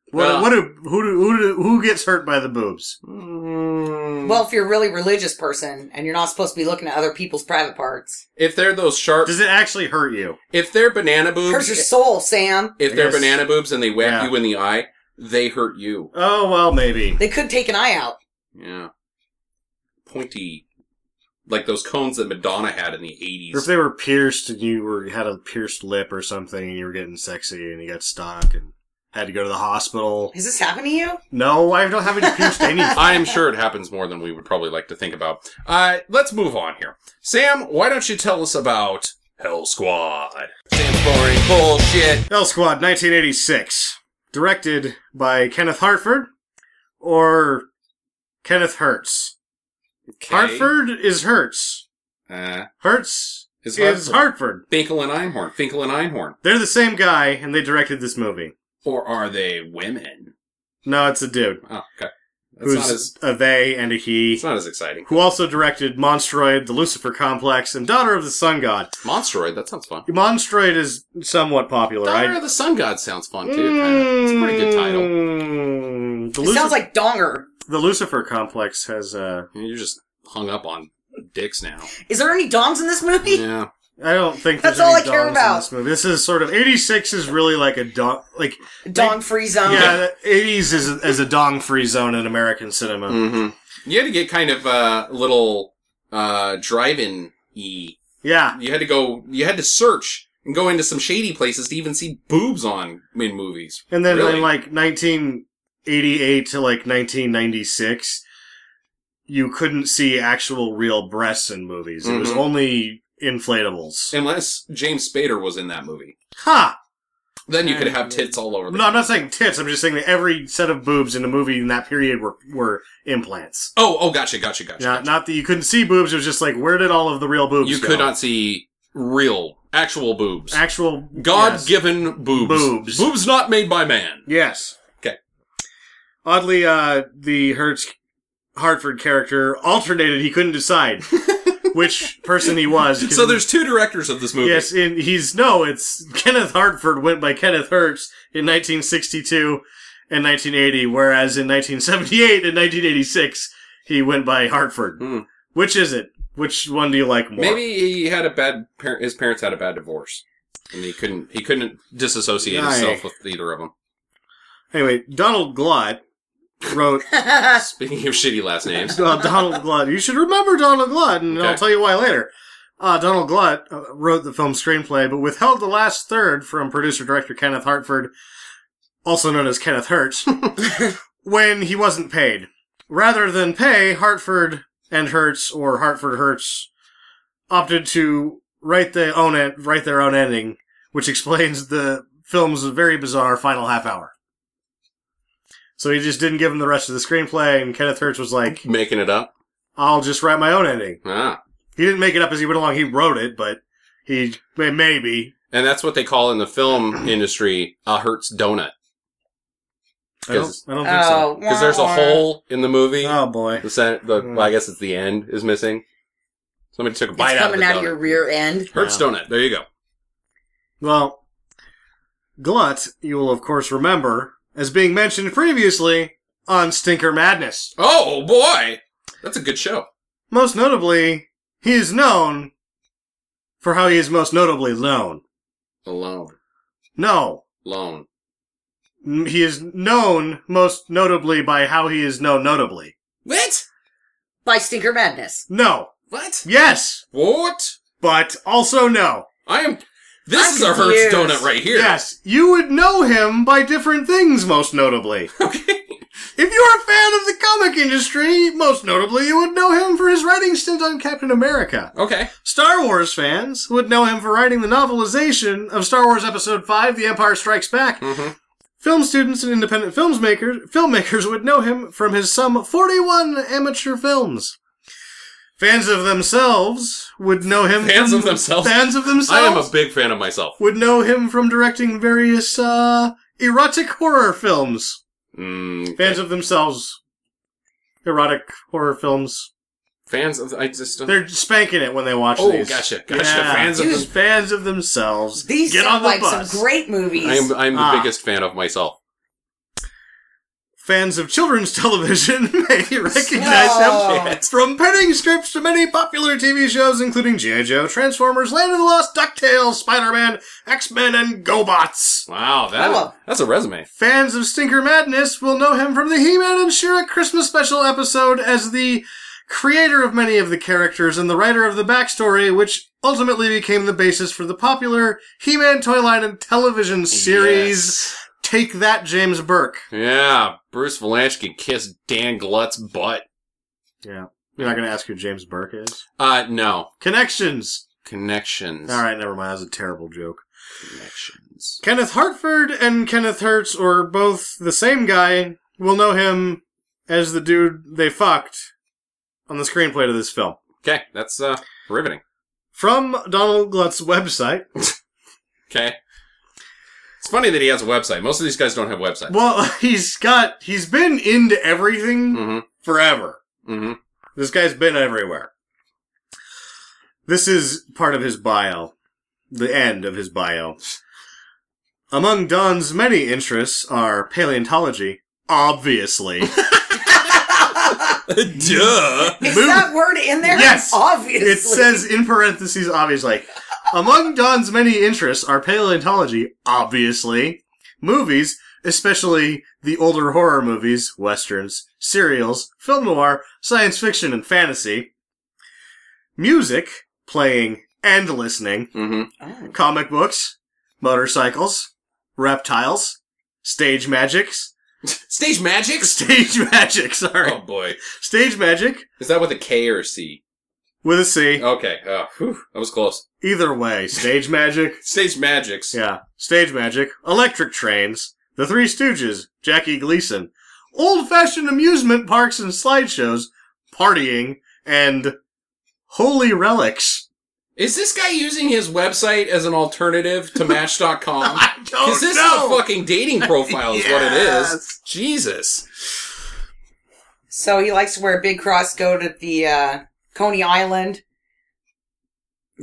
[SPEAKER 3] What,
[SPEAKER 2] Well-
[SPEAKER 3] what do, who do, who do, who gets hurt by the boobs?
[SPEAKER 2] Mm.
[SPEAKER 1] well if you're a really religious person and you're not supposed to be looking at other people's private parts
[SPEAKER 2] If they're those sharp,
[SPEAKER 3] Does it actually hurt you?
[SPEAKER 2] if they're banana
[SPEAKER 1] hurts your soul Sam
[SPEAKER 2] if
[SPEAKER 3] they're Yes. banana
[SPEAKER 2] boobs and they whack
[SPEAKER 3] Yeah. you
[SPEAKER 2] in the eye, they hurt you.
[SPEAKER 3] Oh well, maybe.
[SPEAKER 1] they could take an eye out
[SPEAKER 2] Yeah. Pointy. Like those cones that Madonna had in the 80s.
[SPEAKER 3] Or if they were pierced and you were had a pierced lip or something, and you were getting sexy and you got stuck and had to go to the hospital.
[SPEAKER 1] has this happened to you
[SPEAKER 3] No, I don't have any
[SPEAKER 2] <laughs>
[SPEAKER 3] pierced anything.
[SPEAKER 2] I'm sure it happens more than we would probably like to think about. Uh, let's move on here. Sam, why don't you tell us about Hell Squad? Sam's boring bullshit.
[SPEAKER 3] L Squad, 1986, directed by Kenneth Hartford or Kenneth Hertz. Hartford is Hertz.
[SPEAKER 2] Uh,
[SPEAKER 3] Hertz
[SPEAKER 2] is
[SPEAKER 3] is
[SPEAKER 2] Hartford.
[SPEAKER 3] Hartford.
[SPEAKER 2] Finkel and Einhorn. Finkel and Einhorn.
[SPEAKER 3] They're the same guy, and they directed this movie.
[SPEAKER 2] Or are they women?
[SPEAKER 3] No, it's a dude.
[SPEAKER 2] Oh, okay. That's not
[SPEAKER 3] who's
[SPEAKER 2] as
[SPEAKER 3] a they and a he,
[SPEAKER 2] it's not as exciting.
[SPEAKER 3] who also directed Monstroid, The Lucifer Complex, and Daughter of the Sun God.
[SPEAKER 2] Monstroid, that sounds fun.
[SPEAKER 3] Monstroid is somewhat popular.
[SPEAKER 2] Daughter
[SPEAKER 3] I,
[SPEAKER 2] of the Sun God sounds fun too. Kinda. It's a pretty good title.
[SPEAKER 3] Mm, The,
[SPEAKER 1] It
[SPEAKER 3] Lucifer,
[SPEAKER 1] sounds like Donger.
[SPEAKER 3] the Lucifer Complex has. Uh,
[SPEAKER 2] You're just hung up on dicks now.
[SPEAKER 1] Is there any dongs in this movie?
[SPEAKER 2] Yeah,
[SPEAKER 3] I don't think
[SPEAKER 1] That's
[SPEAKER 3] there's
[SPEAKER 1] all
[SPEAKER 3] any
[SPEAKER 1] I care
[SPEAKER 3] dongs in
[SPEAKER 1] about.
[SPEAKER 3] This, movie. this is sort of '86 is really like a dong, like
[SPEAKER 1] Dong free zone.
[SPEAKER 3] yeah, '80s is, is a dong-free zone in American cinema.
[SPEAKER 2] mm-hmm. you had to get kind of uh, little uh, drive-in e.
[SPEAKER 3] Yeah,
[SPEAKER 2] You had to go. You had to search and go into some shady places to even see boobs on in movies.
[SPEAKER 3] and then
[SPEAKER 2] Really?
[SPEAKER 3] in like 1988 to like 1996, you couldn't see actual real breasts in movies. It was
[SPEAKER 2] Mhm.
[SPEAKER 3] only inflatables.
[SPEAKER 2] Unless James Spader was in that movie,
[SPEAKER 3] Ha!
[SPEAKER 2] then you could have tits all over. The
[SPEAKER 3] No, I'm not saying tits. I'm just saying that every set of boobs in a movie in that period were were implants.
[SPEAKER 2] Oh, oh, gotcha, gotcha, gotcha.
[SPEAKER 3] Not, not that you couldn't see boobs. It was just like where did all of the real boobs?
[SPEAKER 2] you
[SPEAKER 3] go?
[SPEAKER 2] could not see real, actual boobs.
[SPEAKER 3] actual yes.
[SPEAKER 2] God-given boobs.
[SPEAKER 3] Boobs.
[SPEAKER 2] Boobs not made by man.
[SPEAKER 3] Yes.
[SPEAKER 2] Okay.
[SPEAKER 3] Oddly, uh, the Hertz Hartford character alternated. He
[SPEAKER 2] <laughs>
[SPEAKER 3] couldn't decide which person he was. 'cause
[SPEAKER 2] So
[SPEAKER 3] he-
[SPEAKER 2] there's two directors of this movie.
[SPEAKER 3] Yes, and he's no. It's Kenneth Hartford went by Kenneth Hertz in 1962 and 1980, whereas in 1978 and 1986 he went by Hartford.
[SPEAKER 2] Hmm.
[SPEAKER 3] Which is it? Which one do you like more?
[SPEAKER 2] Maybe he had a bad. Par- his parents had a bad divorce, and he couldn't. He couldn't disassociate
[SPEAKER 3] Aye.
[SPEAKER 2] himself with either of them.
[SPEAKER 3] Anyway, Donald Glott wrote.
[SPEAKER 2] Speaking of <laughs> shitty last names,
[SPEAKER 3] uh, Donald Glut. You should remember Donald Glut, and
[SPEAKER 2] Okay.
[SPEAKER 3] I'll tell you why later. Uh, Donald Glut uh, wrote the film's screenplay, but withheld the last third from producer director Kenneth Hartford, also known as Kenneth Hertz, when he wasn't paid. Rather than pay, Hartford and Hertz, or Hartford Hertz, opted to write their own en- write their own ending, which explains the film's very bizarre final half hour. So he just didn't give him the rest of the screenplay, and Kenneth Hertz was like,
[SPEAKER 2] making it up.
[SPEAKER 3] I'll just write my own ending.
[SPEAKER 2] Ah,
[SPEAKER 3] He didn't make it up as he went along. He wrote it, but he may- maybe.
[SPEAKER 2] and that's what they call in the film <clears throat> industry a Hertz donut
[SPEAKER 3] I don't,
[SPEAKER 2] Yes.
[SPEAKER 3] I don't think so.
[SPEAKER 1] Oh,
[SPEAKER 2] because there's a hole in the movie.
[SPEAKER 3] Oh Mm. boy.
[SPEAKER 2] The, cent- the well, I guess it's the end is missing. Somebody took a bite
[SPEAKER 1] It's
[SPEAKER 2] out of
[SPEAKER 1] coming
[SPEAKER 2] the
[SPEAKER 1] out
[SPEAKER 2] donut.
[SPEAKER 1] of your rear end.
[SPEAKER 2] Hertz
[SPEAKER 3] Yeah.
[SPEAKER 2] donut. There you go.
[SPEAKER 3] Well, Glut, you will of course remember as being mentioned previously on Stinker Madness.
[SPEAKER 2] Oh boy, that's a good show.
[SPEAKER 3] Most notably, he is known for how he is most notably known.
[SPEAKER 2] Alone,
[SPEAKER 3] No,
[SPEAKER 2] alone.
[SPEAKER 3] N- he is known most notably by how he is known notably.
[SPEAKER 2] What?
[SPEAKER 1] By Stinker Madness.
[SPEAKER 3] No.
[SPEAKER 2] What?
[SPEAKER 3] Yes,
[SPEAKER 2] What?
[SPEAKER 3] but also no.
[SPEAKER 2] I am. This
[SPEAKER 1] I'm
[SPEAKER 2] is a Hertz
[SPEAKER 1] confused.
[SPEAKER 2] donut right here.
[SPEAKER 3] Yes, you would know him by different things, most notably.
[SPEAKER 2] <laughs> Okay.
[SPEAKER 3] If you're a fan of the comic industry, most notably, you would know him for his writing stint on Captain America.
[SPEAKER 2] Okay.
[SPEAKER 3] Star Wars fans would know him for writing the novelization of Star Wars Episode Five: The Empire Strikes Back.
[SPEAKER 2] Mhm.
[SPEAKER 3] Film students and independent filmmakers filmmakers would know him from his some 41 amateur films. Fans of themselves would know him.
[SPEAKER 2] Fans
[SPEAKER 3] from-
[SPEAKER 2] of themselves?
[SPEAKER 3] Fans of themselves
[SPEAKER 2] I am a big fan of myself.
[SPEAKER 3] would know him from directing various uh, erotic horror films.
[SPEAKER 2] Mm,
[SPEAKER 3] Fans of themselves, erotic horror films.
[SPEAKER 2] fans of. I just don't.
[SPEAKER 3] They're spanking it when they watch
[SPEAKER 2] Oh,
[SPEAKER 3] these.
[SPEAKER 2] gotcha, gotcha. Fans of
[SPEAKER 3] Dude,
[SPEAKER 2] them-
[SPEAKER 3] fans of themselves.
[SPEAKER 1] These
[SPEAKER 3] get on
[SPEAKER 1] sound
[SPEAKER 3] the
[SPEAKER 1] like
[SPEAKER 3] bus.
[SPEAKER 1] some great movies.
[SPEAKER 2] I am. I am the
[SPEAKER 3] Ah.
[SPEAKER 2] biggest fan of myself.
[SPEAKER 3] Fans of children's <laughs> television may recognize
[SPEAKER 1] No.
[SPEAKER 3] him from penning scripts to many popular TV shows, including G.I. Joe, Transformers, Land of the Lost, DuckTales, Spider-Man, X-Men, and GoBots.
[SPEAKER 2] Wow. That.
[SPEAKER 1] Hello.
[SPEAKER 2] That's a resume.
[SPEAKER 3] Fans of Stinker Madness will know him from the He-Man and She-Ra Christmas special episode as the creator of many of the characters and the writer of the backstory, which ultimately became the basis for the popular He-Man toy line and television series. Take that, James Burke.
[SPEAKER 2] Yes. Yeah. Bruce Vilansky kissed Dan Glut's butt.
[SPEAKER 3] Yeah. You're not going to ask who James Burke is?
[SPEAKER 2] Uh, no.
[SPEAKER 3] Connections.
[SPEAKER 2] Connections.
[SPEAKER 3] All right, never mind. That was a terrible joke.
[SPEAKER 2] Connections.
[SPEAKER 3] Kenneth Hartford and Kenneth Hertz, or both the same guy, will know him as the dude they fucked on the screenplay to this film.
[SPEAKER 2] Okay. That's uh riveting.
[SPEAKER 3] From Donald Glut's website,
[SPEAKER 2] Okay. It's funny that he has a website. Most of these guys don't have websites.
[SPEAKER 3] Well, <laughs> he's got he's been into everything
[SPEAKER 2] Mm-hmm.
[SPEAKER 3] forever.
[SPEAKER 2] Mm-hmm.
[SPEAKER 3] This guy's been everywhere. This is part of his bio, the end of his bio. Among Don's many interests are paleontology, obviously.
[SPEAKER 2] Mm-hmm. <laughs> Duh.
[SPEAKER 1] Is
[SPEAKER 3] Move-
[SPEAKER 1] that word in there?
[SPEAKER 3] Yes.
[SPEAKER 1] <laughs> Obviously.
[SPEAKER 3] it says in parentheses, obviously. Among Don's many interests are paleontology, obviously, movies, especially the older horror movies, westerns, serials, film noir, science fiction, and fantasy, music, playing and listening,
[SPEAKER 2] Mm-hmm.
[SPEAKER 1] Oh.
[SPEAKER 3] comic books, motorcycles, reptiles, stage magics,
[SPEAKER 2] Stage magics.
[SPEAKER 3] <laughs> stage magic, sorry,
[SPEAKER 2] Oh boy,
[SPEAKER 3] stage magic
[SPEAKER 2] is that with a K or a C?
[SPEAKER 3] with a C.
[SPEAKER 2] Okay, oh, whew, that was close.
[SPEAKER 3] Either way, stage magic.
[SPEAKER 2] Stage magics.
[SPEAKER 3] Yeah. Stage magic, electric trains, The Three Stooges, Jackie Gleason, old fashioned amusement parks and slideshows, partying, and holy relics. <laughs>
[SPEAKER 2] Is this guy using his website as an alternative to Match.com?
[SPEAKER 3] <laughs> I don't
[SPEAKER 2] Because this is a
[SPEAKER 3] know.
[SPEAKER 2] fucking
[SPEAKER 3] <laughs>
[SPEAKER 2] dating profile, is what it is.
[SPEAKER 3] Yes.
[SPEAKER 2] Jesus.
[SPEAKER 1] So he likes to wear a big cross, go to the uh, Coney Island,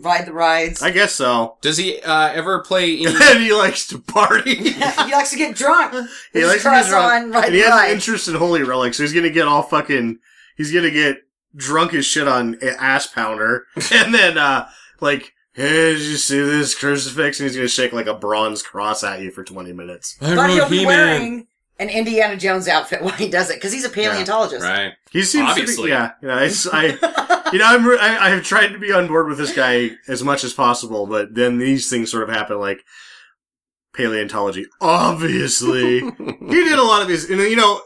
[SPEAKER 1] ride the rides. <laughs>
[SPEAKER 3] I guess so. <laughs>
[SPEAKER 2] Does he uh, ever play any?
[SPEAKER 3] and he likes to party. <laughs>
[SPEAKER 1] he likes to get drunk.
[SPEAKER 3] he
[SPEAKER 1] Just
[SPEAKER 3] likes
[SPEAKER 1] cross
[SPEAKER 3] to get drunk.
[SPEAKER 1] on, ride
[SPEAKER 3] and he
[SPEAKER 1] the
[SPEAKER 3] has
[SPEAKER 1] ride.
[SPEAKER 3] an interest in holy relics, so he's gonna get all fucking. He's gonna get drunk as shit on a- ass pounder, <laughs> and then uh like, hey, did you see this crucifix? And he's gonna shake like a bronze cross at you for twenty minutes.
[SPEAKER 2] I
[SPEAKER 1] but he'll be wearing an Indiana Jones outfit <laughs> when he does it because he's a paleontologist.
[SPEAKER 2] Right.
[SPEAKER 3] He seems to
[SPEAKER 2] Obviously.
[SPEAKER 3] be, yeah, yeah. It's,
[SPEAKER 2] <laughs>
[SPEAKER 3] I, you know, I'm, re- I, I have tried to be on board with this guy as much as possible, but then these things sort of happen, like paleontology.
[SPEAKER 2] <laughs>
[SPEAKER 3] Obviously, he did a lot of his, and you know,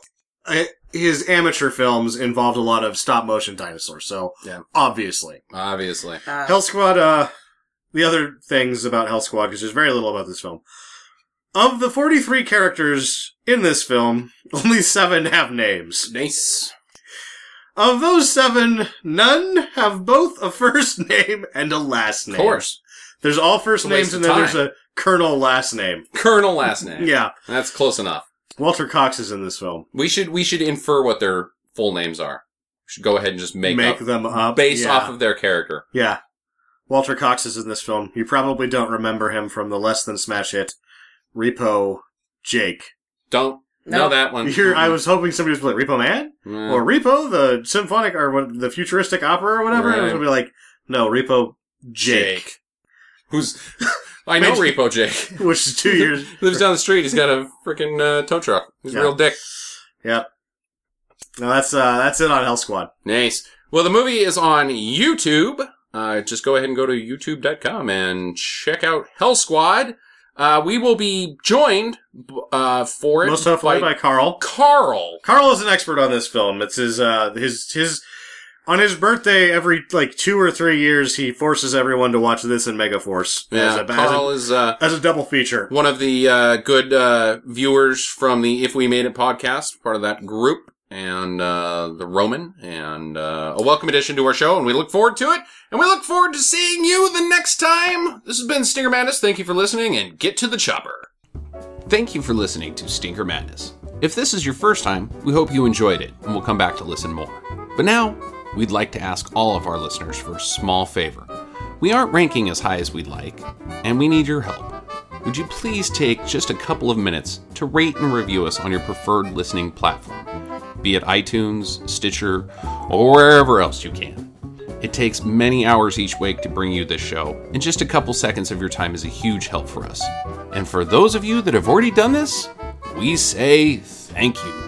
[SPEAKER 3] I- his amateur films involved a lot of stop motion dinosaurs. So,
[SPEAKER 2] Yeah.
[SPEAKER 3] obviously,
[SPEAKER 2] Obviously.
[SPEAKER 1] Uh,
[SPEAKER 3] Hell Squad. Uh, the other things about Hell Squad, because there's very little about this film. Of the 43 characters in this film, <laughs> only seven have names.
[SPEAKER 2] Nice.
[SPEAKER 3] Of those seven, none have both a first <laughs> name and a last
[SPEAKER 2] Of
[SPEAKER 3] name.
[SPEAKER 2] course.
[SPEAKER 3] There's all first
[SPEAKER 2] It's a waste
[SPEAKER 3] names and
[SPEAKER 2] of
[SPEAKER 3] then
[SPEAKER 2] time.
[SPEAKER 3] there's a Colonel last name.
[SPEAKER 2] Colonel last name.
[SPEAKER 3] Yeah.
[SPEAKER 2] That's close enough.
[SPEAKER 3] Walter Cox is in this film.
[SPEAKER 2] We should we should infer what their full names are. We should go ahead and just make, up
[SPEAKER 3] them up.
[SPEAKER 2] based
[SPEAKER 3] yeah.
[SPEAKER 2] off of their character.
[SPEAKER 3] Yeah. Walter Cox is in this film. You probably don't remember him from the less than smash hit Repo Jake.
[SPEAKER 2] Don't know
[SPEAKER 1] No.
[SPEAKER 2] that one.
[SPEAKER 3] Here, I was hoping somebody was like Repo Man
[SPEAKER 2] Mm.
[SPEAKER 3] or Repo the symphonic or what the futuristic opera or whatever. And I was
[SPEAKER 2] Right.
[SPEAKER 3] gonna be like, no, Repo Jake,
[SPEAKER 2] Jake. Who's <laughs> I know
[SPEAKER 3] Imagine-
[SPEAKER 2] Repo Jake.
[SPEAKER 3] <laughs> which
[SPEAKER 2] <laughs>
[SPEAKER 3] is two years.
[SPEAKER 2] Lives down the street. He's got a freaking uh, tow truck. He's a
[SPEAKER 3] Yeah.
[SPEAKER 2] real dick.
[SPEAKER 3] Yep. No, that's uh, that's it on Hell Squad.
[SPEAKER 2] Nice. Well, the movie is on YouTube. Uh, just go ahead and go to youtube.com and check out Hell Squad. Uh, we will be joined b- uh, for it
[SPEAKER 3] Most hopefully by Carl.
[SPEAKER 2] Carl.
[SPEAKER 3] Carl is an expert on this film. It's his uh, his his on his birthday every like two or three years he forces everyone to watch this and Megaforce as,
[SPEAKER 2] Yeah,
[SPEAKER 3] a, as,
[SPEAKER 2] Carl
[SPEAKER 3] a,
[SPEAKER 2] is uh,
[SPEAKER 3] as a double feature.
[SPEAKER 2] one of the uh, good uh, viewers from the If We Made It podcast, part of that group, and uh, the Roman, and uh, a welcome addition to our show, and we look forward to it, and we look forward to seeing you the next time. This has been Stinger Madness. Thank you for listening, and get to the chopper. Thank you for listening to Stinker Madness. If this is your first time, we hope you enjoyed it and we'll come back to listen more. But now, we'd like to ask all of our listeners for a small favor. We aren't ranking as high as we'd like, and we need your help. Would you please take just a couple of minutes to rate and review us on your preferred listening platform, be it iTunes, Stitcher, or wherever else you can? It takes many hours each week to bring you this show, and just a couple seconds of your time is a huge help for us. And for those of you that have already done this, we say thank you.